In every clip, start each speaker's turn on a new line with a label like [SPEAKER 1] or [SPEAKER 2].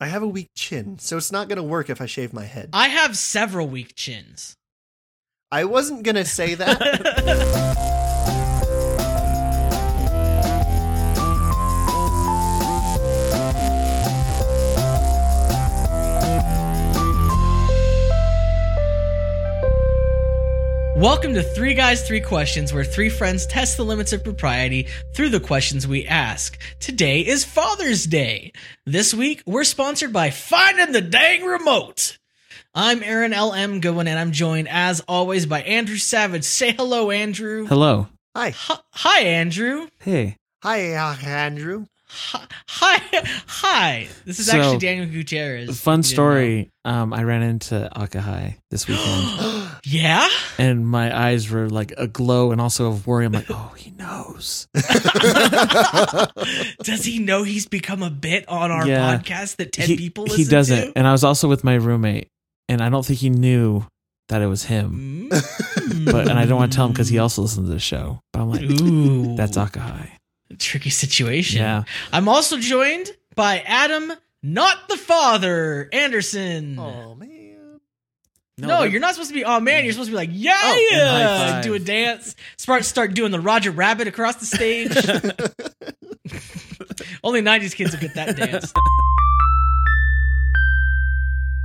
[SPEAKER 1] I have a weak chin, so it's not going to work if I shave my head.
[SPEAKER 2] I have several weak chins.
[SPEAKER 1] I wasn't going to say that.
[SPEAKER 2] Welcome to Three Guys, Three Questions, where three friends test the limits of propriety through the questions we ask. Today is Father's Day. This week, we're sponsored by Finding the Dang Remote. I'm Aaron L.M. Goodwin, and I'm joined, as always, by Andrew Savage. Say hello, Andrew.
[SPEAKER 3] Hello.
[SPEAKER 1] Hi.
[SPEAKER 2] Hi- Hi, Andrew.
[SPEAKER 3] Hey.
[SPEAKER 1] Hi, uh, Andrew.
[SPEAKER 2] Hi. Hi. hi. This is
[SPEAKER 3] So,
[SPEAKER 2] actually Daniel Gutierrez.
[SPEAKER 3] Fun
[SPEAKER 2] You didn't
[SPEAKER 3] story. Um, I ran into Akahai this weekend,
[SPEAKER 2] know. yeah?
[SPEAKER 3] and my eyes were like aglow and also of worry. I'm like, oh, he knows.
[SPEAKER 2] Does he know he's become a bit on our
[SPEAKER 3] Yeah.
[SPEAKER 2] podcast that 10
[SPEAKER 3] he,
[SPEAKER 2] people listen
[SPEAKER 3] He doesn't.
[SPEAKER 2] to?
[SPEAKER 3] And I was also with my roommate, and I don't think he knew that it was him.
[SPEAKER 2] Mm.
[SPEAKER 3] But and I don't want to tell him because he also listens to the show. But I'm like,
[SPEAKER 2] Ooh.
[SPEAKER 3] that's Akahai.
[SPEAKER 2] tricky situation.
[SPEAKER 3] Yeah.
[SPEAKER 2] I'm also joined by Adam, not the father, Anderson.
[SPEAKER 1] Oh, man.
[SPEAKER 2] no, you're not supposed to be, oh man, you're supposed to be like, yeah,
[SPEAKER 3] Oh, and high
[SPEAKER 2] yeah.
[SPEAKER 3] five.
[SPEAKER 2] Do a dance. Start, start doing the Roger Rabbit across the stage. Only 90s kids will get that dance.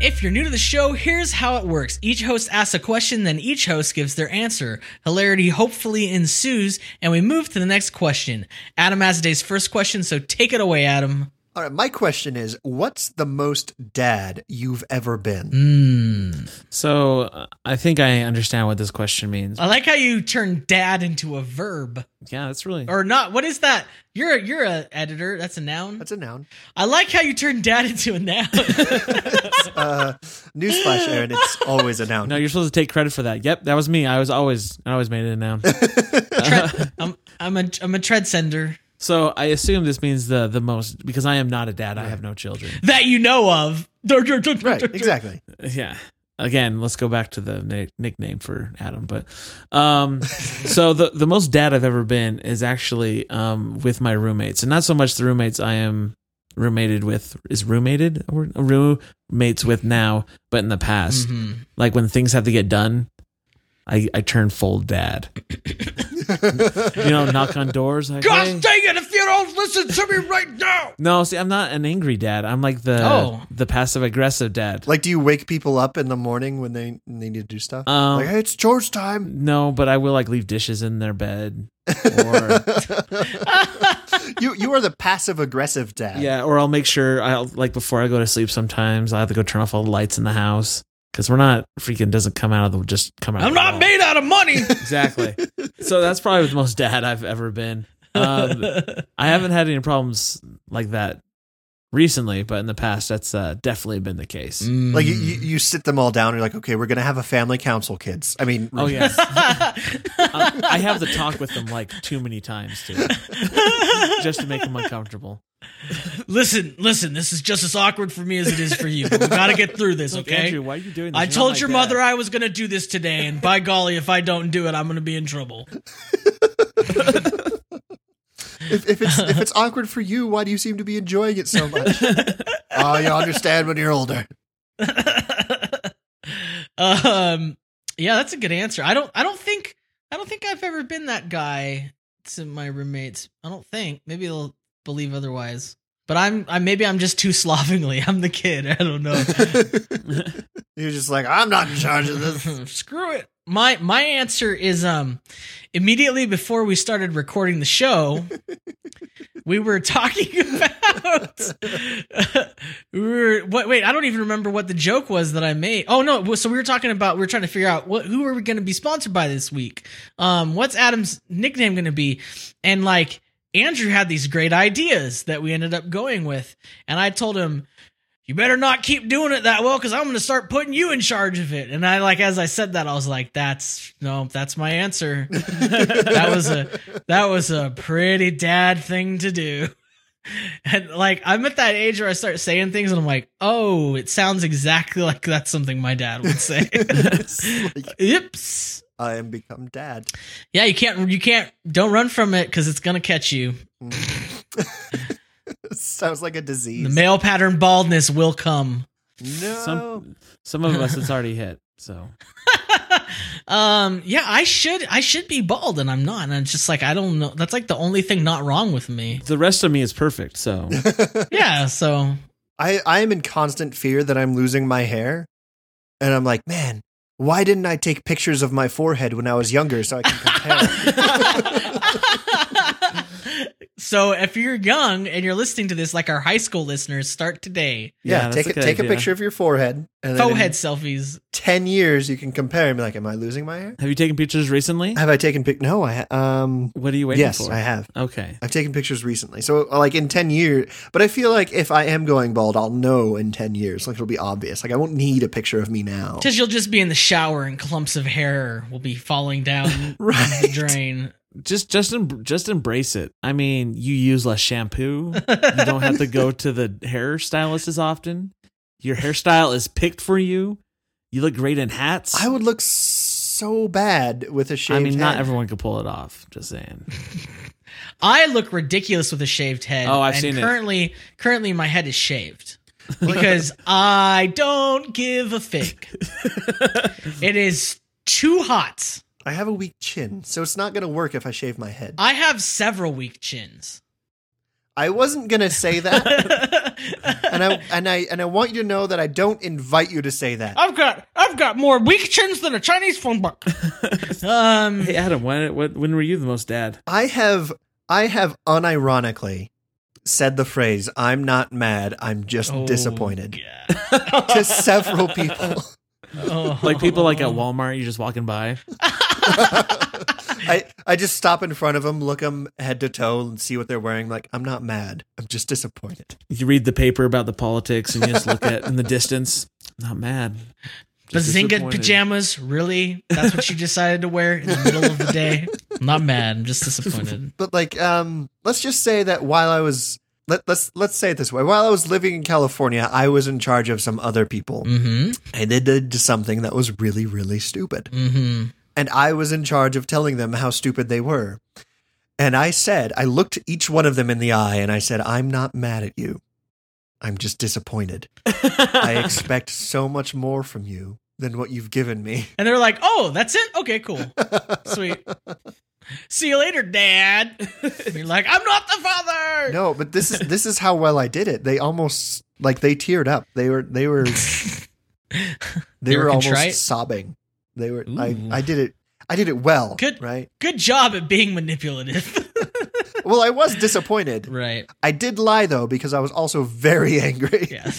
[SPEAKER 2] If you're new to the show, here's how it works. Each host asks a question, then each host gives their answer. Hilarity hopefully ensues, and we move to the next question. Adam has today's first question, so take it away, Adam.
[SPEAKER 1] All right, my question is what's the most dad you've ever been?
[SPEAKER 3] Mm.
[SPEAKER 2] Mmm.
[SPEAKER 3] So uh, I think I understand what this question means.
[SPEAKER 2] I like how you turn dad into a verb.
[SPEAKER 3] Yeah, that's really.
[SPEAKER 2] Or not. What is that? You're a, you're a editor. That's a noun.
[SPEAKER 1] That's a noun.
[SPEAKER 2] I like how you turn dad into a noun.
[SPEAKER 1] Uh, newsflash, Aaron, it's always a noun.
[SPEAKER 3] No, you're supposed to take credit for that. Yep, that was me. I was always, I always made it a noun.
[SPEAKER 2] Tread- I'm, I'm a I'm a tread sender
[SPEAKER 3] So I assume this means the the most because I am not a dad. I have no children.
[SPEAKER 2] that you know of.
[SPEAKER 1] Right, exactly.
[SPEAKER 3] Yeah. Again, let's go back to the ni- nickname for Adam. But um, so the the most dad I've ever been is actually um, with my roommates, and not so much the roommates I am roommated with is roommated or roommates with now, but in the past,
[SPEAKER 2] Mhm.
[SPEAKER 3] like when things have to get done, I I turn full dad. you know, knock on doors. Like,
[SPEAKER 2] God
[SPEAKER 3] "Hey."
[SPEAKER 2] dang it! If you don't listen to me right now,
[SPEAKER 3] No, see, I'm not an angry dad. I'm like the
[SPEAKER 2] Oh.
[SPEAKER 3] the passive aggressive dad.
[SPEAKER 1] Like, do you wake people up in the morning when they, when they need to do stuff?
[SPEAKER 3] Um,
[SPEAKER 1] like, hey, it's chores time.
[SPEAKER 3] No, but I will like leave dishes in their bed, or
[SPEAKER 1] you you are the passive aggressive dad.
[SPEAKER 3] yeah, or I'll make sure I'll like before I go to sleep. Sometimes I have to go turn off all the lights in the house because we're not freaking doesn't come out of the just come out.
[SPEAKER 2] I'm
[SPEAKER 3] of the
[SPEAKER 2] not
[SPEAKER 3] wall.
[SPEAKER 2] made out of money.
[SPEAKER 3] exactly. so that's probably the most dad I've ever been. Um, I haven't had any problems like that recently, but in the past, that's uh, definitely been the case.
[SPEAKER 1] Like you,
[SPEAKER 3] Hmm.
[SPEAKER 1] you, you sit them all down. And you're like, okay, we're gonna have a family council, kids. I mean,
[SPEAKER 3] Oh yes.
[SPEAKER 2] yeah.
[SPEAKER 3] I I have to talk with them like too many times too, just to make them uncomfortable.
[SPEAKER 2] listen, listen. This is just as awkward for me as it is for you. But we gotta get through this,
[SPEAKER 3] Like,
[SPEAKER 2] okay?
[SPEAKER 3] Andrew, why are you doing this?
[SPEAKER 2] I
[SPEAKER 3] You're not
[SPEAKER 2] told
[SPEAKER 3] my
[SPEAKER 2] your
[SPEAKER 3] dad.
[SPEAKER 2] mother I was gonna do this today, and by golly, if I don't do it, I'm gonna be in trouble.
[SPEAKER 1] if, if it's if it's awkward for you, why do you seem to be enjoying it so much? oh, you understand when you're older.
[SPEAKER 2] um yeah that's a good answer i don't i don't think i don't think i've ever been that guy to my roommates i don't think maybe they'll believe otherwise but i'm i maybe i'm just too slovenly i'm the kid i don't know
[SPEAKER 1] You're just like, I'm not in charge of this.
[SPEAKER 2] screw it my my answer is um immediately before we started recording the show we were talking about we were what wait i don't even remember what the joke was that i made oh no so we were talking about we were trying to figure out what who are we going to be sponsored by this week um what's adam's nickname going to be and like andrew had these great ideas that we ended up going with and i told him you better not keep doing it that well because i'm going to start putting you in charge of it and i like as i said that i was like that's no that's my answer that was a that was a pretty dad thing to do and like i'm at that age where i start saying things and i'm like oh it sounds exactly like that's something my dad would say
[SPEAKER 1] Like,
[SPEAKER 2] oops
[SPEAKER 1] I am become dad.
[SPEAKER 2] yeah you can't you can't don't run from it because it's gonna catch you
[SPEAKER 1] Sounds like a disease.
[SPEAKER 2] The male pattern baldness will come.
[SPEAKER 1] no.
[SPEAKER 3] Some some of us it's already hit. So
[SPEAKER 2] um, yeah, I should I should be bald and I'm not. And it's just like I don't know. That's like the only thing not wrong with me.
[SPEAKER 3] the rest of me is perfect. So
[SPEAKER 2] Yeah, so
[SPEAKER 1] I, I am in constant fear that I'm losing my hair. And I'm like, man, why didn't I take pictures of my forehead when I was younger so I can compare?
[SPEAKER 2] so if you're young and you're listening to this, like our high school listeners, start today.
[SPEAKER 1] yeah,
[SPEAKER 3] that's
[SPEAKER 1] take, a,
[SPEAKER 3] good
[SPEAKER 1] take a
[SPEAKER 3] idea.
[SPEAKER 1] picture of your forehead. And then in
[SPEAKER 2] Forehead selfies.
[SPEAKER 1] 10 years, you can compare and be like, am I losing my hair?
[SPEAKER 3] Have you taken pictures recently?
[SPEAKER 1] Have I taken pic? No, I ha- um
[SPEAKER 3] What are you waiting
[SPEAKER 1] yes,
[SPEAKER 3] for?
[SPEAKER 1] I have.
[SPEAKER 3] okay.
[SPEAKER 1] I've taken pictures recently. So uh, like in 10 years, but I feel like if I am going bald, I'll know in 10 years. Like it'll be obvious. Like I won't need a picture of me now.
[SPEAKER 2] Because you'll just be in the shower and clumps of hair will be falling down the
[SPEAKER 1] right.
[SPEAKER 2] drain.
[SPEAKER 3] Just just em- just embrace it. I mean, you use less shampoo. You don't have to go to the hairstylist as often. Your hairstyle is picked for you. You look great in hats.
[SPEAKER 1] I would look so bad with a shaved
[SPEAKER 3] I mean, not
[SPEAKER 1] head.
[SPEAKER 3] everyone could pull it off. Just saying.
[SPEAKER 2] I look ridiculous with a shaved head.
[SPEAKER 3] Oh, I've
[SPEAKER 2] and
[SPEAKER 3] seen it.
[SPEAKER 2] currently, it. Currently, my head is shaved because I don't give a fig. it is too hot.
[SPEAKER 1] I have a weak chin, so it's not going to work if I shave my head.
[SPEAKER 2] I have several weak chins.
[SPEAKER 1] I wasn't going to say that, and I and I and I want you to know that I don't invite you to say that.
[SPEAKER 2] I've got I've got more weak chins than a Chinese phone book. um,
[SPEAKER 3] Hey Adam, when what, when were you the most dad?
[SPEAKER 1] I have I have unironically said the phrase "I'm not mad, I'm just
[SPEAKER 2] oh,
[SPEAKER 1] disappointed"
[SPEAKER 2] yeah.
[SPEAKER 1] to several people.
[SPEAKER 2] Oh.
[SPEAKER 3] Like people like at Walmart, you're just walking by.
[SPEAKER 1] I I just stop in front of them, look them head to toe, and see what they're wearing. Like I'm not mad, I'm just disappointed.
[SPEAKER 3] You read the paper about the politics and you just look at in the distance. Not mad. Just
[SPEAKER 2] Bazinga
[SPEAKER 3] disappointed.
[SPEAKER 2] pajamas, really? That's what you decided to wear in the middle of the day? I'm not mad. I'm just disappointed.
[SPEAKER 1] But like, um, let's just say that while I was let, let's let's say it this way: while I was living in California, I was in charge of some other people.
[SPEAKER 2] Mm-hmm.
[SPEAKER 1] and they did something that was really, really stupid.
[SPEAKER 2] Mm-hmm.
[SPEAKER 1] And I was in charge of telling them how stupid they were. And I said, I looked each one of them in the eye and I said, I'm not mad at you. I'm just disappointed. I expect so much more from you than what you've given me.
[SPEAKER 2] And they're like, "Oh, that's it. Okay, cool, sweet. See you later, Dad." And you're like, "I'm not the father."
[SPEAKER 1] No, but this is this is how well I did it. They almost like they teared up. They were they were they,
[SPEAKER 2] They were
[SPEAKER 1] were,
[SPEAKER 2] contrite?
[SPEAKER 1] almost sobbing. They were I,
[SPEAKER 3] Ooh.
[SPEAKER 1] I did it I did it well.
[SPEAKER 2] Good.
[SPEAKER 1] Right.
[SPEAKER 2] Good job at being manipulative.
[SPEAKER 1] Well, I was disappointed.
[SPEAKER 2] right.
[SPEAKER 1] I did lie though because I was also very angry.
[SPEAKER 2] Yeah.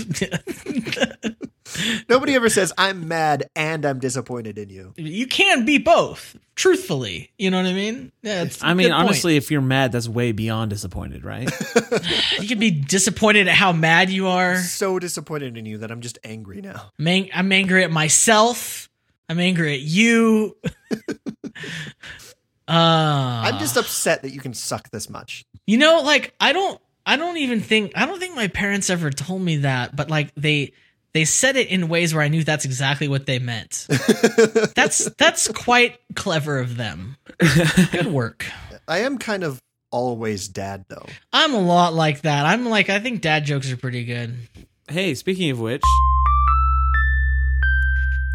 [SPEAKER 1] Nobody ever says I'm mad and I'm disappointed in you.
[SPEAKER 2] you can be both, truthfully. You know what I mean? Yeah. It's a
[SPEAKER 3] I mean,
[SPEAKER 2] good point.
[SPEAKER 3] honestly, if you're mad, that's way beyond disappointed, right?
[SPEAKER 2] you can be disappointed at how mad you are.
[SPEAKER 1] So disappointed in you that I'm just angry now.
[SPEAKER 2] I'm, ang- I'm angry at myself. I'm angry at you. uh,
[SPEAKER 1] I'm just upset that you can suck this much.
[SPEAKER 2] You know, like I don't I don't even think I don't think my parents ever told me that, but like they they said it in ways where I knew that's exactly what they meant. that's that's quite clever of them. Good work.
[SPEAKER 1] I am kind of always dad though.
[SPEAKER 2] I'm a lot like that. I'm like I think dad jokes are pretty good.
[SPEAKER 3] hey, speaking of which,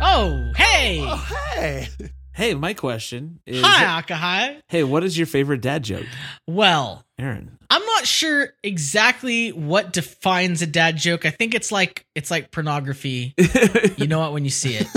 [SPEAKER 2] Oh, hey.
[SPEAKER 1] hey.
[SPEAKER 3] hey, my question is,
[SPEAKER 2] Hi, Akahai.
[SPEAKER 3] hey, what is your favorite dad joke,
[SPEAKER 2] Well,
[SPEAKER 3] Aaron?
[SPEAKER 2] I'm not sure exactly what defines a dad joke. I think it's like it's like pornography. you know it when you see it.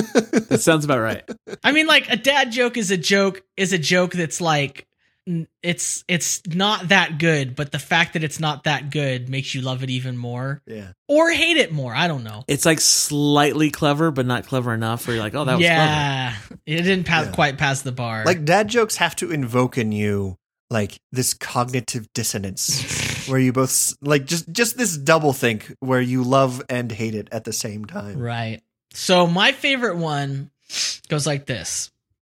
[SPEAKER 3] That sounds about right.
[SPEAKER 2] I mean, like a dad joke is a joke is a joke that's like n- it's it's not that good, but the fact that it's not that good makes you love it even more
[SPEAKER 1] Yeah.
[SPEAKER 2] or hate it more. I don't know.
[SPEAKER 3] It's like slightly clever, but not clever enough. Where you're like, oh, that was clever.
[SPEAKER 2] yeah, it didn't pass
[SPEAKER 1] Yeah.
[SPEAKER 2] quite past the bar.
[SPEAKER 1] Like dad jokes have to invoke in you like this cognitive dissonance where you both s- like just just this double think where you love and hate it at the same time.
[SPEAKER 2] right. So my favorite one goes like this: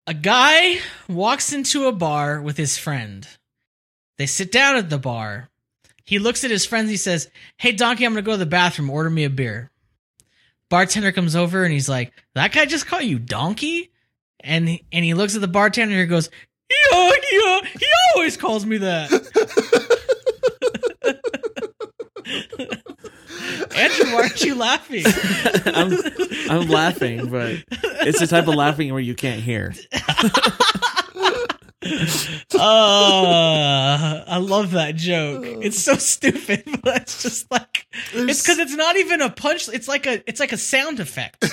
[SPEAKER 2] A guy walks into a bar with his friend. They sit down at the bar. He looks at his friends. He says, Hey, Donkey, I'm going to go to the bathroom. Order me a beer. Bartender comes over and he's like, That guy just called you Donkey? And he, and he looks at the bartender and he goes, Yo, yo, he always calls me that. Andrew, why aren't you laughing?
[SPEAKER 3] I'm, I'm laughing, but it's the type of laughing where you can't hear.
[SPEAKER 2] Uh, I love that joke. It's so stupid, but it's just like it's because it's not even a punch. It's like a it's like a sound effect,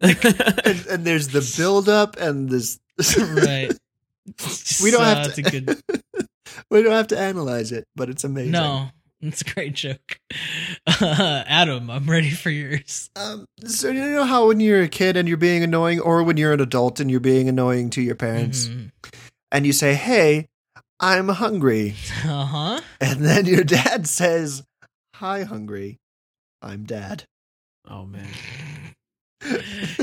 [SPEAKER 1] and, and there's the buildup and this.
[SPEAKER 2] right?
[SPEAKER 1] We don't have
[SPEAKER 2] to. It's a good,
[SPEAKER 1] we don't have to analyze it, but it's amazing.
[SPEAKER 2] no, it's a great joke. Adam, I'm ready for yours.
[SPEAKER 1] Um, so you know how when you're a kid and you're being annoying, or when you're an adult and you're being annoying to your parents,
[SPEAKER 2] Mm-hmm.
[SPEAKER 1] and you say, "Hey, I'm hungry,"
[SPEAKER 2] Uh huh.
[SPEAKER 1] and then your dad says, "Hi, hungry. I'm dad."
[SPEAKER 3] Oh man.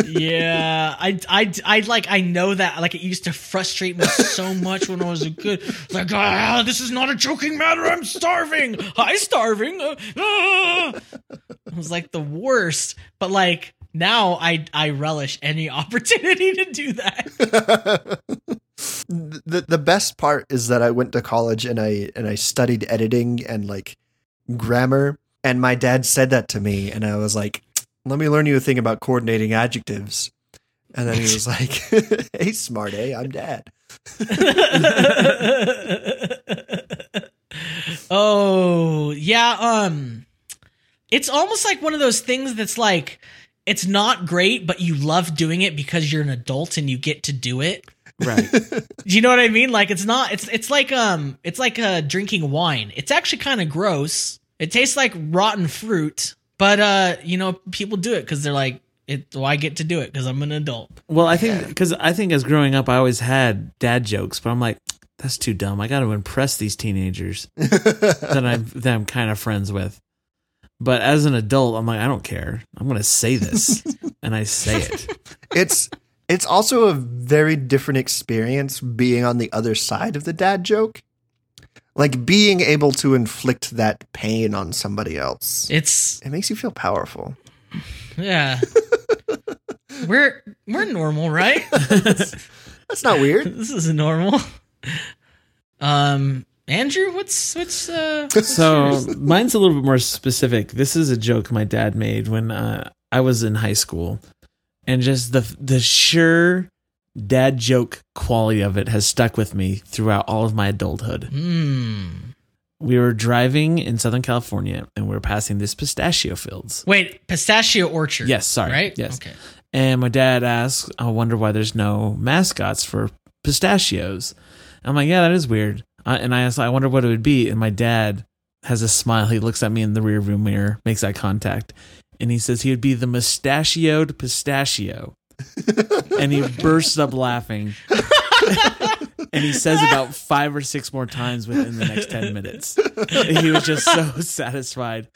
[SPEAKER 2] yeah, I, I, I like I know that like it used to frustrate me so much when I was a kid. Like, ah, this is not a joking matter. I'm starving. Hi, starving. Uh, ah." It was like the worst. But like now, I I relish any opportunity to do that.
[SPEAKER 1] the the best part is that I went to college and I and I studied editing and like grammar and my dad said that to me and I was like let me learn you a thing about coordinating adjectives and then he was like hey smart A I'm dad
[SPEAKER 2] oh yeah um it's almost like one of those things that's like it's not great but you love doing it because you're an adult and you get to do it
[SPEAKER 3] Right.
[SPEAKER 2] do you know what i mean like it's not it's it's like um it's like uh drinking wine it's actually kind of gross it tastes like rotten fruit but uh you know people do it because they're like it well, i get to do it because i'm an adult
[SPEAKER 3] Well, I think because I think as growing up, I always had dad jokes, but I'm like, that's too dumb. I got to impress these teenagers that I'm that I'm kind of friends with. But as an adult, I'm like, I don't care. I'm gonna say this, and I say it.
[SPEAKER 1] it's it's also a very different experience being on the other side of the dad joke like being able to inflict that pain on somebody else
[SPEAKER 2] it's
[SPEAKER 1] it makes you feel powerful
[SPEAKER 2] Yeah. we're we're normal, right?
[SPEAKER 1] that's not weird
[SPEAKER 2] this is normal. Um Andrew, what's what's uh what's
[SPEAKER 3] So
[SPEAKER 2] yours?
[SPEAKER 3] mine's a little bit more specific. This is a joke my dad made when uh, I was in high school, and just the the sure dad joke quality of it has stuck with me throughout all of my adulthood.
[SPEAKER 2] Hmm.
[SPEAKER 3] we were driving in Southern California and we were passing this pistachio fields.
[SPEAKER 2] Wait, pistachio orchard.
[SPEAKER 3] Yes, sorry.
[SPEAKER 2] Right?
[SPEAKER 3] Yes.
[SPEAKER 2] Okay.
[SPEAKER 3] And my dad asked, I wonder why there's no mascots for pistachios. I'm like, yeah, that is weird. I, and I asked, I wonder what it would be. And my dad has a smile. He looks at me in the rear view mirror, makes eye contact, and he says he would be the mustachioed pistachio. and he bursts up laughing. and he says about five or six more times within the next 10 minutes. He was just so satisfied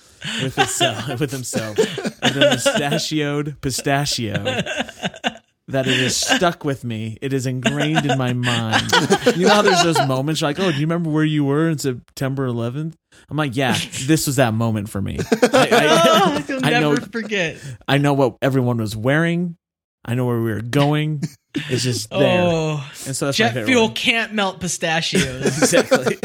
[SPEAKER 3] with himself, with himself, with a mustachioed pistachio that it is stuck with me. It is ingrained in my mind. You know how there's those moments you're like, oh, do you remember where you were on September 11th? I'm like, yeah, this was that moment for me. I,
[SPEAKER 2] Oh, you'll
[SPEAKER 3] I
[SPEAKER 2] never
[SPEAKER 3] know-
[SPEAKER 2] forget.
[SPEAKER 3] I, I know what everyone was wearing. I know where we were going. It's just there.
[SPEAKER 2] Oh,
[SPEAKER 3] and so that's my
[SPEAKER 2] jet
[SPEAKER 3] favorite
[SPEAKER 2] fuel
[SPEAKER 3] one.
[SPEAKER 2] can't melt pistachios.
[SPEAKER 3] Exactly.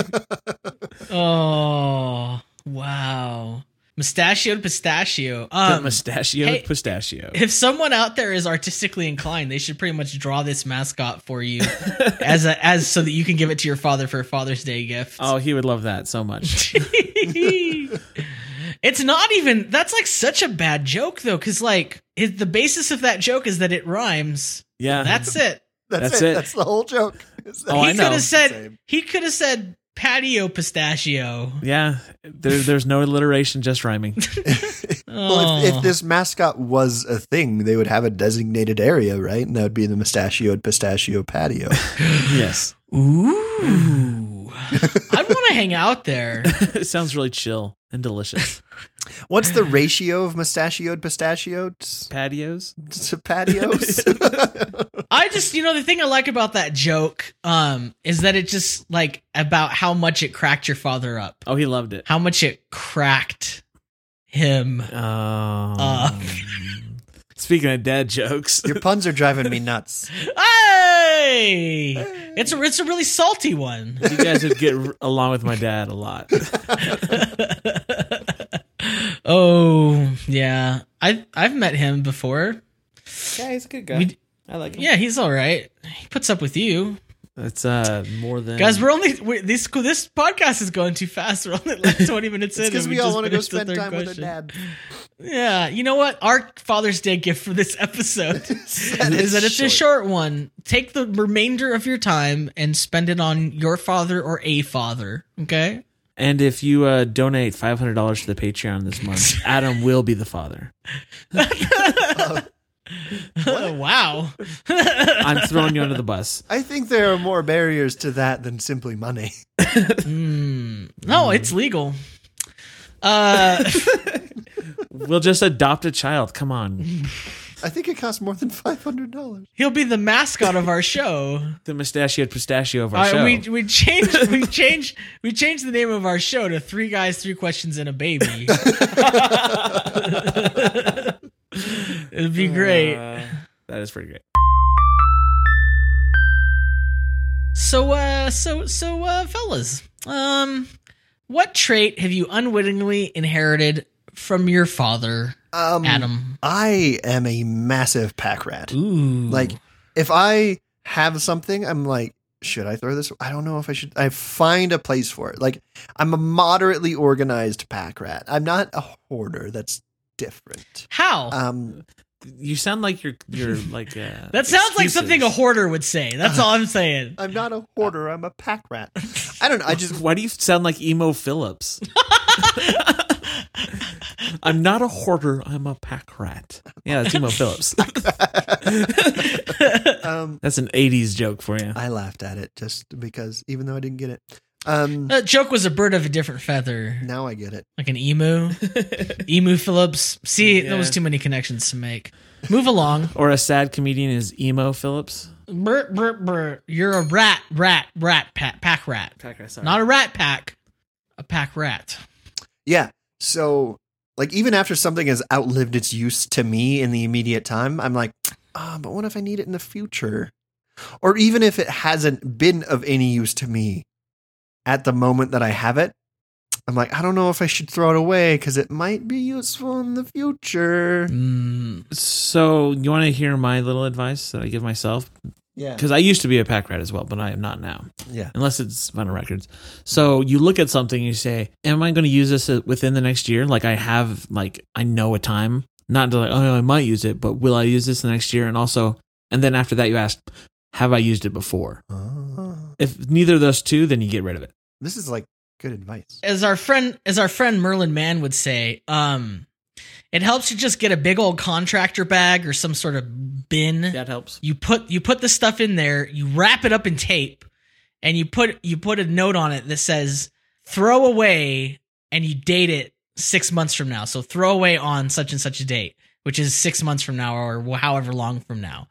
[SPEAKER 2] oh, wow. Mustachioed pistachio.
[SPEAKER 3] The
[SPEAKER 2] Um,
[SPEAKER 3] mustachioed
[SPEAKER 2] hey-
[SPEAKER 3] pistachio.
[SPEAKER 2] if someone out there is artistically inclined, they should pretty much draw this mascot for you as a as so that you can give it to your father for a Father's Day gift.
[SPEAKER 3] Oh, he would love that so much.
[SPEAKER 2] it's not even that's like such a bad joke though cuz like it, the basis of that joke is that it rhymes.
[SPEAKER 3] Yeah.
[SPEAKER 2] That's it.
[SPEAKER 1] That's,
[SPEAKER 3] That's
[SPEAKER 1] it.
[SPEAKER 3] it.
[SPEAKER 1] That's the whole joke.
[SPEAKER 3] Oh,
[SPEAKER 2] he
[SPEAKER 3] I know.
[SPEAKER 2] could have said
[SPEAKER 1] Same.
[SPEAKER 2] he could have said patio pistachio.
[SPEAKER 3] yeah. There, there's no alliteration, just rhyming.
[SPEAKER 1] Well, if,
[SPEAKER 2] Oh.
[SPEAKER 1] if this mascot was a thing, they would have a designated area, right? And that would be the mustachioed pistachio patio.
[SPEAKER 3] yes.
[SPEAKER 2] Ooh. I want to hang out there.
[SPEAKER 3] it sounds really chill and delicious.
[SPEAKER 1] What's the ratio of mustachioed pistachio t-
[SPEAKER 3] Patios.
[SPEAKER 1] to patios?
[SPEAKER 2] I just, you know, the thing I like about that joke um, is that it just like about how much it cracked your father up,
[SPEAKER 3] Oh, he loved it.
[SPEAKER 2] how much it cracked him.
[SPEAKER 3] Um,
[SPEAKER 2] Uh.
[SPEAKER 3] Speaking of dad jokes,
[SPEAKER 1] Your puns are driving me nuts.
[SPEAKER 2] Hey, it's a it's a really salty one.
[SPEAKER 3] you guys would get r- along with my dad a lot.
[SPEAKER 2] Oh yeah, I I've met him before.
[SPEAKER 3] Yeah, he's a good guy.
[SPEAKER 2] We-
[SPEAKER 3] I like him.
[SPEAKER 2] Yeah, he's all right. He puts up with you
[SPEAKER 3] It's uh more than
[SPEAKER 2] guys. We're only we, this this podcast is going too fast. We're only like twenty minutes in.
[SPEAKER 1] It's because
[SPEAKER 2] and
[SPEAKER 1] we, all
[SPEAKER 2] just
[SPEAKER 1] want to go
[SPEAKER 2] finished the
[SPEAKER 1] spend
[SPEAKER 2] third
[SPEAKER 1] time with our
[SPEAKER 2] question.
[SPEAKER 1] dad.
[SPEAKER 2] Yeah, you know what? Our Father's Day gift for this episode
[SPEAKER 1] That is
[SPEAKER 2] is that it's a
[SPEAKER 1] short.
[SPEAKER 2] short one. Take the remainder of your time and spend it on your father or a father. Okay.
[SPEAKER 3] And if you uh, donate five hundred dollars to the Patreon this month, Adam will be the father.
[SPEAKER 2] wow.
[SPEAKER 3] I'm throwing you under the bus.
[SPEAKER 1] I think there are more barriers to that than simply money.
[SPEAKER 2] Mm. No, it's legal. Uh,
[SPEAKER 3] We'll just adopt a child. Come on,
[SPEAKER 1] I think it costs more than five hundred dollars.
[SPEAKER 2] he'll be the mascot of our show.
[SPEAKER 3] the mustachioed pistachio of our
[SPEAKER 2] Uh,
[SPEAKER 3] show.
[SPEAKER 2] we we changed we changed we changed the name of our show to Three Guys, Three Questions, and a Baby. It'd be great.
[SPEAKER 3] Uh, that is pretty great.
[SPEAKER 2] So uh so so uh fellas, um what trait have you unwittingly inherited from your father,
[SPEAKER 1] Um,
[SPEAKER 2] Adam?
[SPEAKER 1] I am a massive pack rat.
[SPEAKER 2] Ooh.
[SPEAKER 1] Like, if I have something, I'm like, should I throw this? I don't know if I should. I find a place for it. Like, I'm a moderately organized pack rat. I'm not a hoarder. That's different.
[SPEAKER 2] how?
[SPEAKER 3] uh,
[SPEAKER 1] Um,
[SPEAKER 3] You sound like you're you're like uh,
[SPEAKER 2] that sounds like something a
[SPEAKER 3] excuses. Uh-huh. Um,
[SPEAKER 2] hoarder would say. That's all I'm saying.
[SPEAKER 1] I'm not a hoarder. I'm a pack rat. I don't know. I just
[SPEAKER 3] Why do you sound like emo Phillips? I'm not a hoarder. I'm a pack rat. Yeah, that's emo Phillips.
[SPEAKER 1] um,
[SPEAKER 3] That's an '80s joke for you.
[SPEAKER 1] I laughed at it just because, even though I didn't get it. Um,
[SPEAKER 2] That joke was a bird of a different feather.
[SPEAKER 1] now I get it.
[SPEAKER 2] Like an emu. emu Phillips. See,
[SPEAKER 3] Yeah.
[SPEAKER 2] there was too many connections to make. Move along.
[SPEAKER 3] Or a sad comedian is emo Phillips.
[SPEAKER 2] Brr, brr, brr. You're a rat, rat, rat, pack, pack rat.
[SPEAKER 3] Pack rat.
[SPEAKER 2] Not a rat pack, a pack rat.
[SPEAKER 1] Yeah. So, like, even after something has outlived its use to me in the immediate time, I'm like, ah, but what if I need it in the future? Or even if it hasn't been of any use to me at the moment that I have it, I'm like, I don't know if I should throw it away because it might be useful in the future.
[SPEAKER 2] Mm.
[SPEAKER 3] So you want to hear my little advice that I give myself?
[SPEAKER 1] Yeah.
[SPEAKER 3] Because I used to be a pack rat as well, but I am not now,
[SPEAKER 1] Yeah.
[SPEAKER 3] unless it's vinyl records. So you look at something, and you say, "Am I going to use this uh, within the next year?" Like I have, like I know a time. Not to like, oh, I might use it, but will I use this the next year? And also, and then after that, you ask, "Have I used it before?"
[SPEAKER 1] Ah.
[SPEAKER 3] If neither of those two, then you get rid of it.
[SPEAKER 1] this is like good advice.
[SPEAKER 2] As our friend, as our friend Merlin Mann would say, um, it helps you just get a big old contractor bag or some sort of bin.
[SPEAKER 3] That helps.
[SPEAKER 2] You put you put the stuff in there. You wrap it up in tape, and you put you put a note on it that says "throw away," and you date it six months from now. So throw away on such and such a date, which is six months from now or wh- however long from now.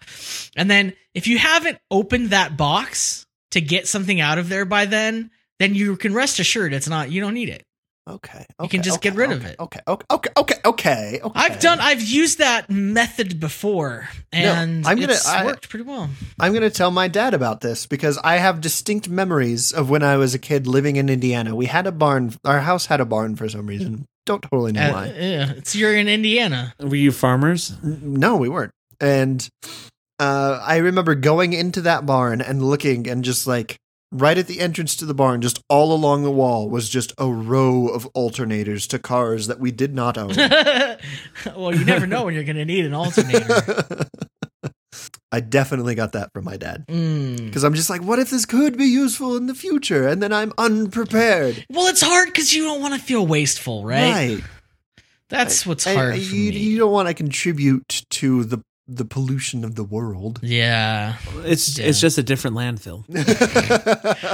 [SPEAKER 2] And then if you haven't opened that box to get something out of there by then, then you can rest assured it's not you don't need it.
[SPEAKER 1] Okay.
[SPEAKER 2] You
[SPEAKER 1] okay,
[SPEAKER 2] can just
[SPEAKER 1] okay,
[SPEAKER 2] get rid of
[SPEAKER 1] okay,
[SPEAKER 2] it.
[SPEAKER 1] Okay. Okay. Okay. Okay. Okay. okay.
[SPEAKER 2] I've done I've used that method before, and
[SPEAKER 1] I'm gonna-
[SPEAKER 2] it's
[SPEAKER 1] I-
[SPEAKER 2] worked pretty well.
[SPEAKER 1] I'm going to tell my dad about this because I have distinct memories of when I was a kid living in Indiana. We had a barn. Our house had a barn for some reason. Don't totally know
[SPEAKER 2] Uh,
[SPEAKER 1] why.
[SPEAKER 2] yeah, it's you're in Indiana.
[SPEAKER 3] Were you farmers?
[SPEAKER 1] N- No, we weren't. And uh, I remember going into that barn and looking, and just like right at the entrance to the barn, just all along the wall was just a row of alternators to cars that we did not own.
[SPEAKER 2] well, you never know when you're going to need an alternator.
[SPEAKER 1] I definitely got that from my dad
[SPEAKER 2] Mm.
[SPEAKER 1] because I'm just like, what if this could be useful in the future? And then I'm unprepared.
[SPEAKER 2] Well, it's hard because you don't want to feel wasteful, right? That's what's
[SPEAKER 1] And
[SPEAKER 2] hard for
[SPEAKER 1] you,
[SPEAKER 2] me.
[SPEAKER 1] you don't want to contribute to the the pollution of the world.
[SPEAKER 2] yeah.
[SPEAKER 3] It's
[SPEAKER 2] Yeah.
[SPEAKER 3] it's just a different landfill.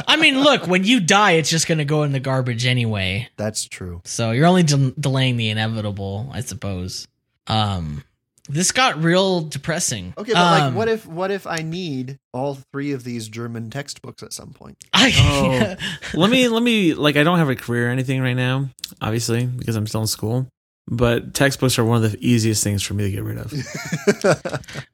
[SPEAKER 2] I mean, look, when you die, it's just going to go in the garbage anyway.
[SPEAKER 1] That's true.
[SPEAKER 2] So you're only del- delaying the inevitable, I suppose. Um, this got real depressing.
[SPEAKER 1] Okay, but like,
[SPEAKER 2] Um,
[SPEAKER 1] what if what if I need all three of these German textbooks at some point?
[SPEAKER 2] I,
[SPEAKER 3] Oh. let me let me like I don't have a career or anything right now, obviously, because I'm still in school. But textbooks are one of the easiest things for me to get rid of.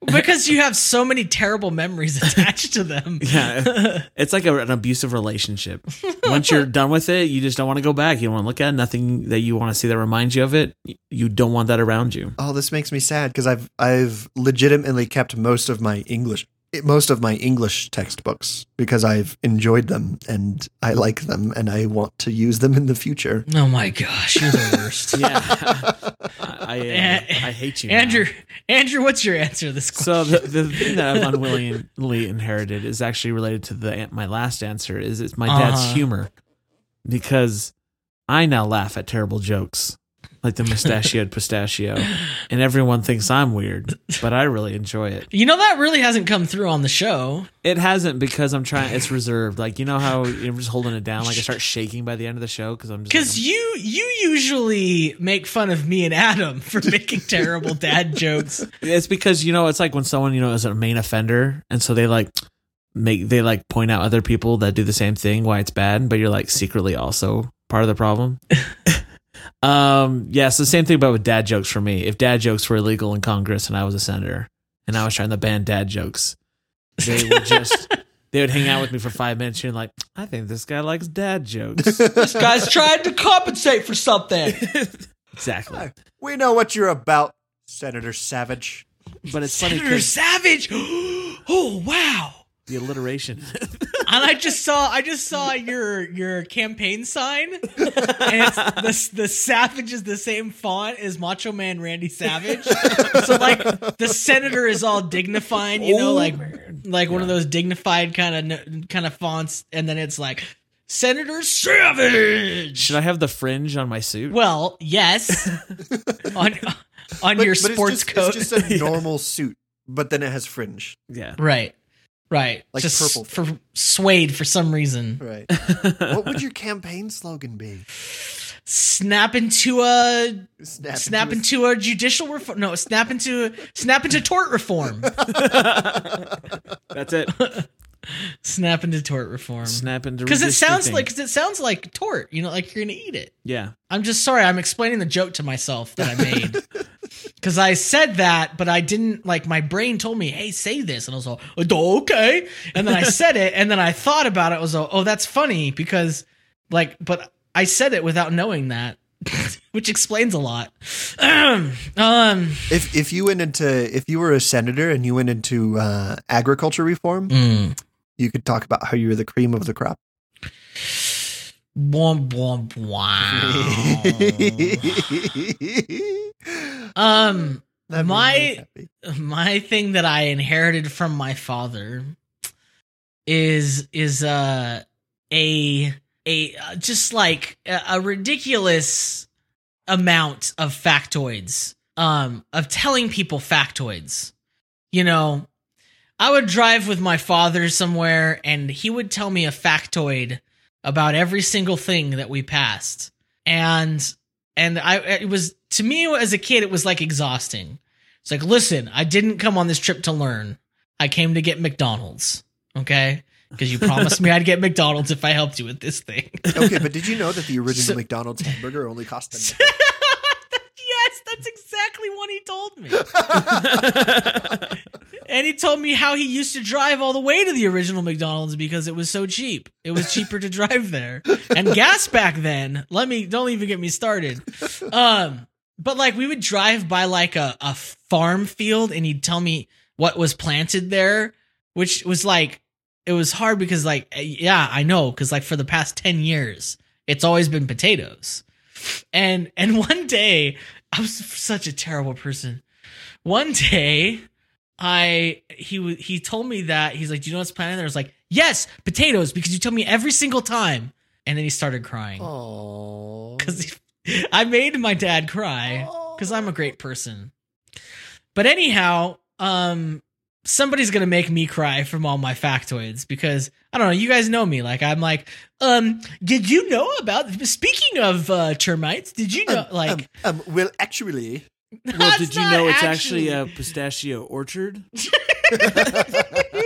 [SPEAKER 2] because you have so many terrible memories attached to them.
[SPEAKER 3] Yeah. It's like a, an abusive relationship. Once you're done with it, you just don't want to go back. You don't want to look at it. nothing that you want to see that reminds you of it. You don't want that around you.
[SPEAKER 1] Oh, this makes me sad because I've I've legitimately kept most of my English most of my English textbooks because I've enjoyed them and I like them and I want to use them in the future.
[SPEAKER 2] oh my gosh, you're the worst.
[SPEAKER 3] Yeah. I, uh, I, I hate you. now.
[SPEAKER 2] Andrew, Andrew, what's your answer to this question?
[SPEAKER 3] So the, the thing that I've unwillingly inherited is actually related to the my last answer is it's my dad's
[SPEAKER 2] Uh-huh.
[SPEAKER 3] humor because I now laugh at terrible jokes like the mustachioed pistachio and everyone thinks I'm weird but I really enjoy it.
[SPEAKER 2] you know that really hasn't come through on the show.
[SPEAKER 3] It hasn't because I'm trying it's reserved like you know how you're just holding it down like I start shaking by the end of the show cuz I'm just
[SPEAKER 2] Because
[SPEAKER 3] like,
[SPEAKER 2] you you usually make fun of me and Adam for making terrible dad jokes.
[SPEAKER 3] it's because you know it's like when someone you know is a main offender and so they like make they like point out other people that do the same thing why it's bad but you're like secretly also part of the problem um yeah so same thing but with dad jokes for me if dad jokes were illegal in congress and i was a senator and i was trying to ban dad jokes they would just they would hang out with me for five minutes and like i think this guy likes dad jokes
[SPEAKER 2] This guy's trying to compensate for something.
[SPEAKER 3] exactly
[SPEAKER 1] We know what you're about, Senator Savage.
[SPEAKER 3] but it's funny
[SPEAKER 2] Senator
[SPEAKER 3] because
[SPEAKER 2] Savage. Oh wow.
[SPEAKER 3] the alliteration
[SPEAKER 2] And I just saw I just saw your your campaign sign, and it's the the Savage is the same font as Macho Man Randy Savage. So like the senator is all dignified, you
[SPEAKER 1] Oh.
[SPEAKER 2] know, like like one of those dignified kind of kind of fonts, and then it's like Senator Savage.
[SPEAKER 3] should i have the fringe on my suit
[SPEAKER 2] Well, yes, on on your
[SPEAKER 1] it's
[SPEAKER 2] sports
[SPEAKER 1] just,
[SPEAKER 2] coat,
[SPEAKER 1] It's just a normal suit, but then it has fringe.
[SPEAKER 3] yeah
[SPEAKER 2] right? Right,
[SPEAKER 1] Like
[SPEAKER 2] just
[SPEAKER 1] purple.
[SPEAKER 2] for suede for some reason.
[SPEAKER 1] Right. what would your campaign slogan be?
[SPEAKER 2] Snap into a
[SPEAKER 1] Snap,
[SPEAKER 2] snap
[SPEAKER 1] into
[SPEAKER 2] into a judicial reform. No, snap into snap into tort reform.
[SPEAKER 3] that's it
[SPEAKER 2] snap into tort reform.
[SPEAKER 3] snap into
[SPEAKER 2] Because it
[SPEAKER 3] resisting
[SPEAKER 2] sounds
[SPEAKER 3] thing.
[SPEAKER 2] like because it sounds like tort. You know, like you're gonna eat it.
[SPEAKER 3] yeah
[SPEAKER 2] I'm just sorry. I'm explaining the joke to myself that I made. Because I said that, but I didn't like my brain told me, "Hey, say this," and I was like, "Oh, "Okay," and then I said it, and then I thought about it. I was like, "Oh, that's funny," because like, but I said it without knowing that, which explains a lot. um,
[SPEAKER 1] a- if if you went into if you were a senator and you went into uh, agriculture reform,
[SPEAKER 2] mm.
[SPEAKER 1] you could talk about how you were the cream of the crop.
[SPEAKER 2] Womp womp Oh. wow. um,
[SPEAKER 1] That made me
[SPEAKER 2] My-
[SPEAKER 1] really happy.
[SPEAKER 2] my thing that I inherited from my father is is uh a a uh, just like a, a ridiculous amount of factoids um of telling people factoids you know i would drive with my father somewhere and he would tell me a factoid about every single thing that we passed and and i it was to me as a kid it was like exhausting it's like listen i didn't come on this trip to learn i came to get mcdonald's okay because you promised me i'd get mcdonald's if i helped you with this thing
[SPEAKER 1] okay, but did you know that the original
[SPEAKER 2] So-
[SPEAKER 1] McDonald's hamburger only cost them
[SPEAKER 2] yes, that's exactly what he told me. and he told me how he used to drive all the way to the original McDonald's because it was so cheap. It was cheaper to drive there. And gas back then, let me don't even get me started. Um but like we would drive by like a, a farm field and he'd tell me what was planted there, which was like it was hard because like eh, yeah, I know cuz like for the past 10 years it's always been potatoes. And and one day, I was such a terrible person. One day, I he wa- he told me that he's like, "Do you know what's planted?" there?" I was like, "Yes, potatoes," because you tell me every single time. And then he started crying
[SPEAKER 1] Oh.
[SPEAKER 2] because I made my dad cry because I'm a great person. But anyhow, um, somebody's gonna make me cry from all my factoids because I don't know. You guys know me. Like I'm like, um, did you know about? Speaking of uh, termites, did
[SPEAKER 4] Um,
[SPEAKER 2] you know? like,
[SPEAKER 1] um, well, actually,
[SPEAKER 3] Well,
[SPEAKER 2] That's
[SPEAKER 3] did you
[SPEAKER 2] not
[SPEAKER 4] uh,
[SPEAKER 3] know it's actually a pistachio orchard?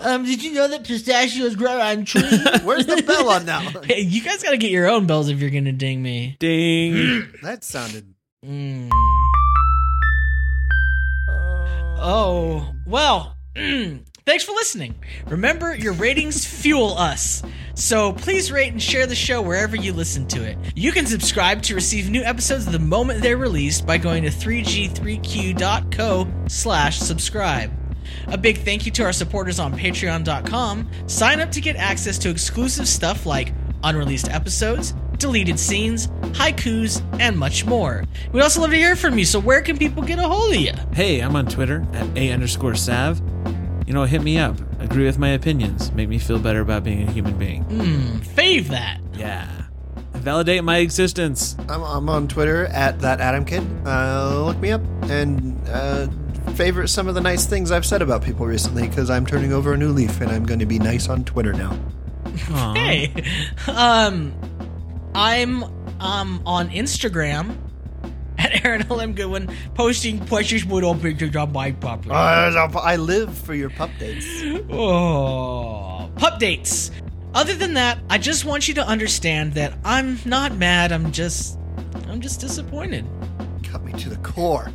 [SPEAKER 4] Um, did you know that pistachios grow on trees?
[SPEAKER 1] Where's the bell on that one?
[SPEAKER 2] Hey, you guys got to get your own bells if you're going to ding me.
[SPEAKER 3] Ding.
[SPEAKER 1] That sounded.
[SPEAKER 2] Mm. Oh, well, thanks for listening. Remember, your ratings fuel us. So please rate and share the show wherever you listen to it. You can subscribe to receive new episodes the moment they're released by going to 3g3q.co slash subscribe. A big thank you to our supporters on patreon.com. Sign up to get access to exclusive stuff like unreleased episodes, deleted scenes, haikus, and much more. We'd also love to hear from you, so where can people get a hold of you?
[SPEAKER 3] Hey, I'm on Twitter at a underscore sav. You know, hit me up. Agree with my opinions. Make me feel better about being a human being.
[SPEAKER 2] Hmm, Fave that.
[SPEAKER 3] Yeah. Validate my existence.
[SPEAKER 1] I'm, I'm on Twitter at that Adam Kid. Uh, look me up and uh, favorite some of the nice things I've said about people recently because I'm turning over a new leaf and I'm going to be nice on Twitter now.
[SPEAKER 3] Aw.
[SPEAKER 2] Hey, um, I'm um on Instagram at Aaron LM Goodwin posting precious little pictures on my property.
[SPEAKER 1] Uh, I live for your pup dates.
[SPEAKER 2] Oh, pup dates. Other than that, I just want you to understand that I'm not mad. I'm just, I'm just disappointed.
[SPEAKER 1] Cut me to the core.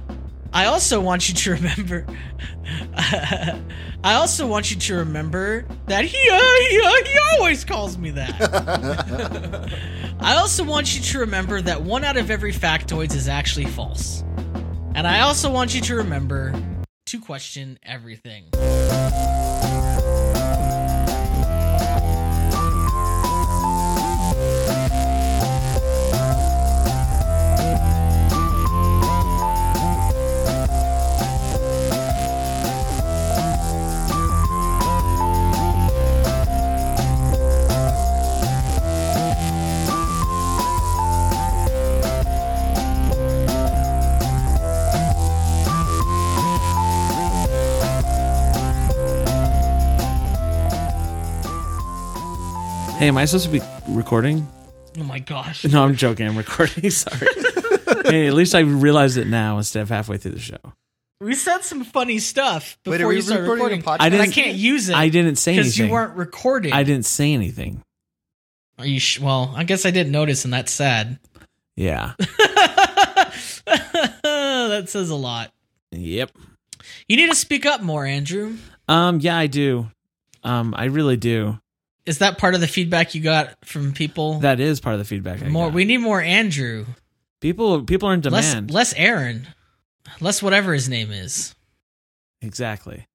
[SPEAKER 2] I also want you to remember. I also want you to remember that he uh, he, uh, he always calls me that. I also want you to remember that one out of every factoids is actually false. And I also want you to remember to question everything.
[SPEAKER 3] Hey, am I supposed to be recording?
[SPEAKER 2] Oh my gosh.
[SPEAKER 3] No, I'm joking. I'm recording. Sorry. hey, at least I realized it now instead of halfway through the show.
[SPEAKER 2] We said some funny stuff before
[SPEAKER 1] Wait, are we
[SPEAKER 2] you started recording.
[SPEAKER 1] recording a podcast?
[SPEAKER 3] I
[SPEAKER 2] and I
[SPEAKER 3] didn't-
[SPEAKER 2] can't use it.
[SPEAKER 3] I didn't say
[SPEAKER 2] because
[SPEAKER 3] anything.
[SPEAKER 2] you weren't recording.
[SPEAKER 3] I didn't say anything.
[SPEAKER 2] Are you sh- well? I guess I didn't notice, and that's sad.
[SPEAKER 3] Yeah.
[SPEAKER 2] that says a lot.
[SPEAKER 3] yep.
[SPEAKER 2] You need to speak up more, Andrew.
[SPEAKER 3] Um. Yeah, I do. Um. I really do.
[SPEAKER 2] Is that part of the feedback you got from people?
[SPEAKER 3] That is part of the feedback. I
[SPEAKER 2] more,
[SPEAKER 3] got.
[SPEAKER 2] we need more Andrew,
[SPEAKER 3] people. People are in
[SPEAKER 2] less
[SPEAKER 3] demand.
[SPEAKER 2] less Aaron, less whatever his name is.
[SPEAKER 3] exactly.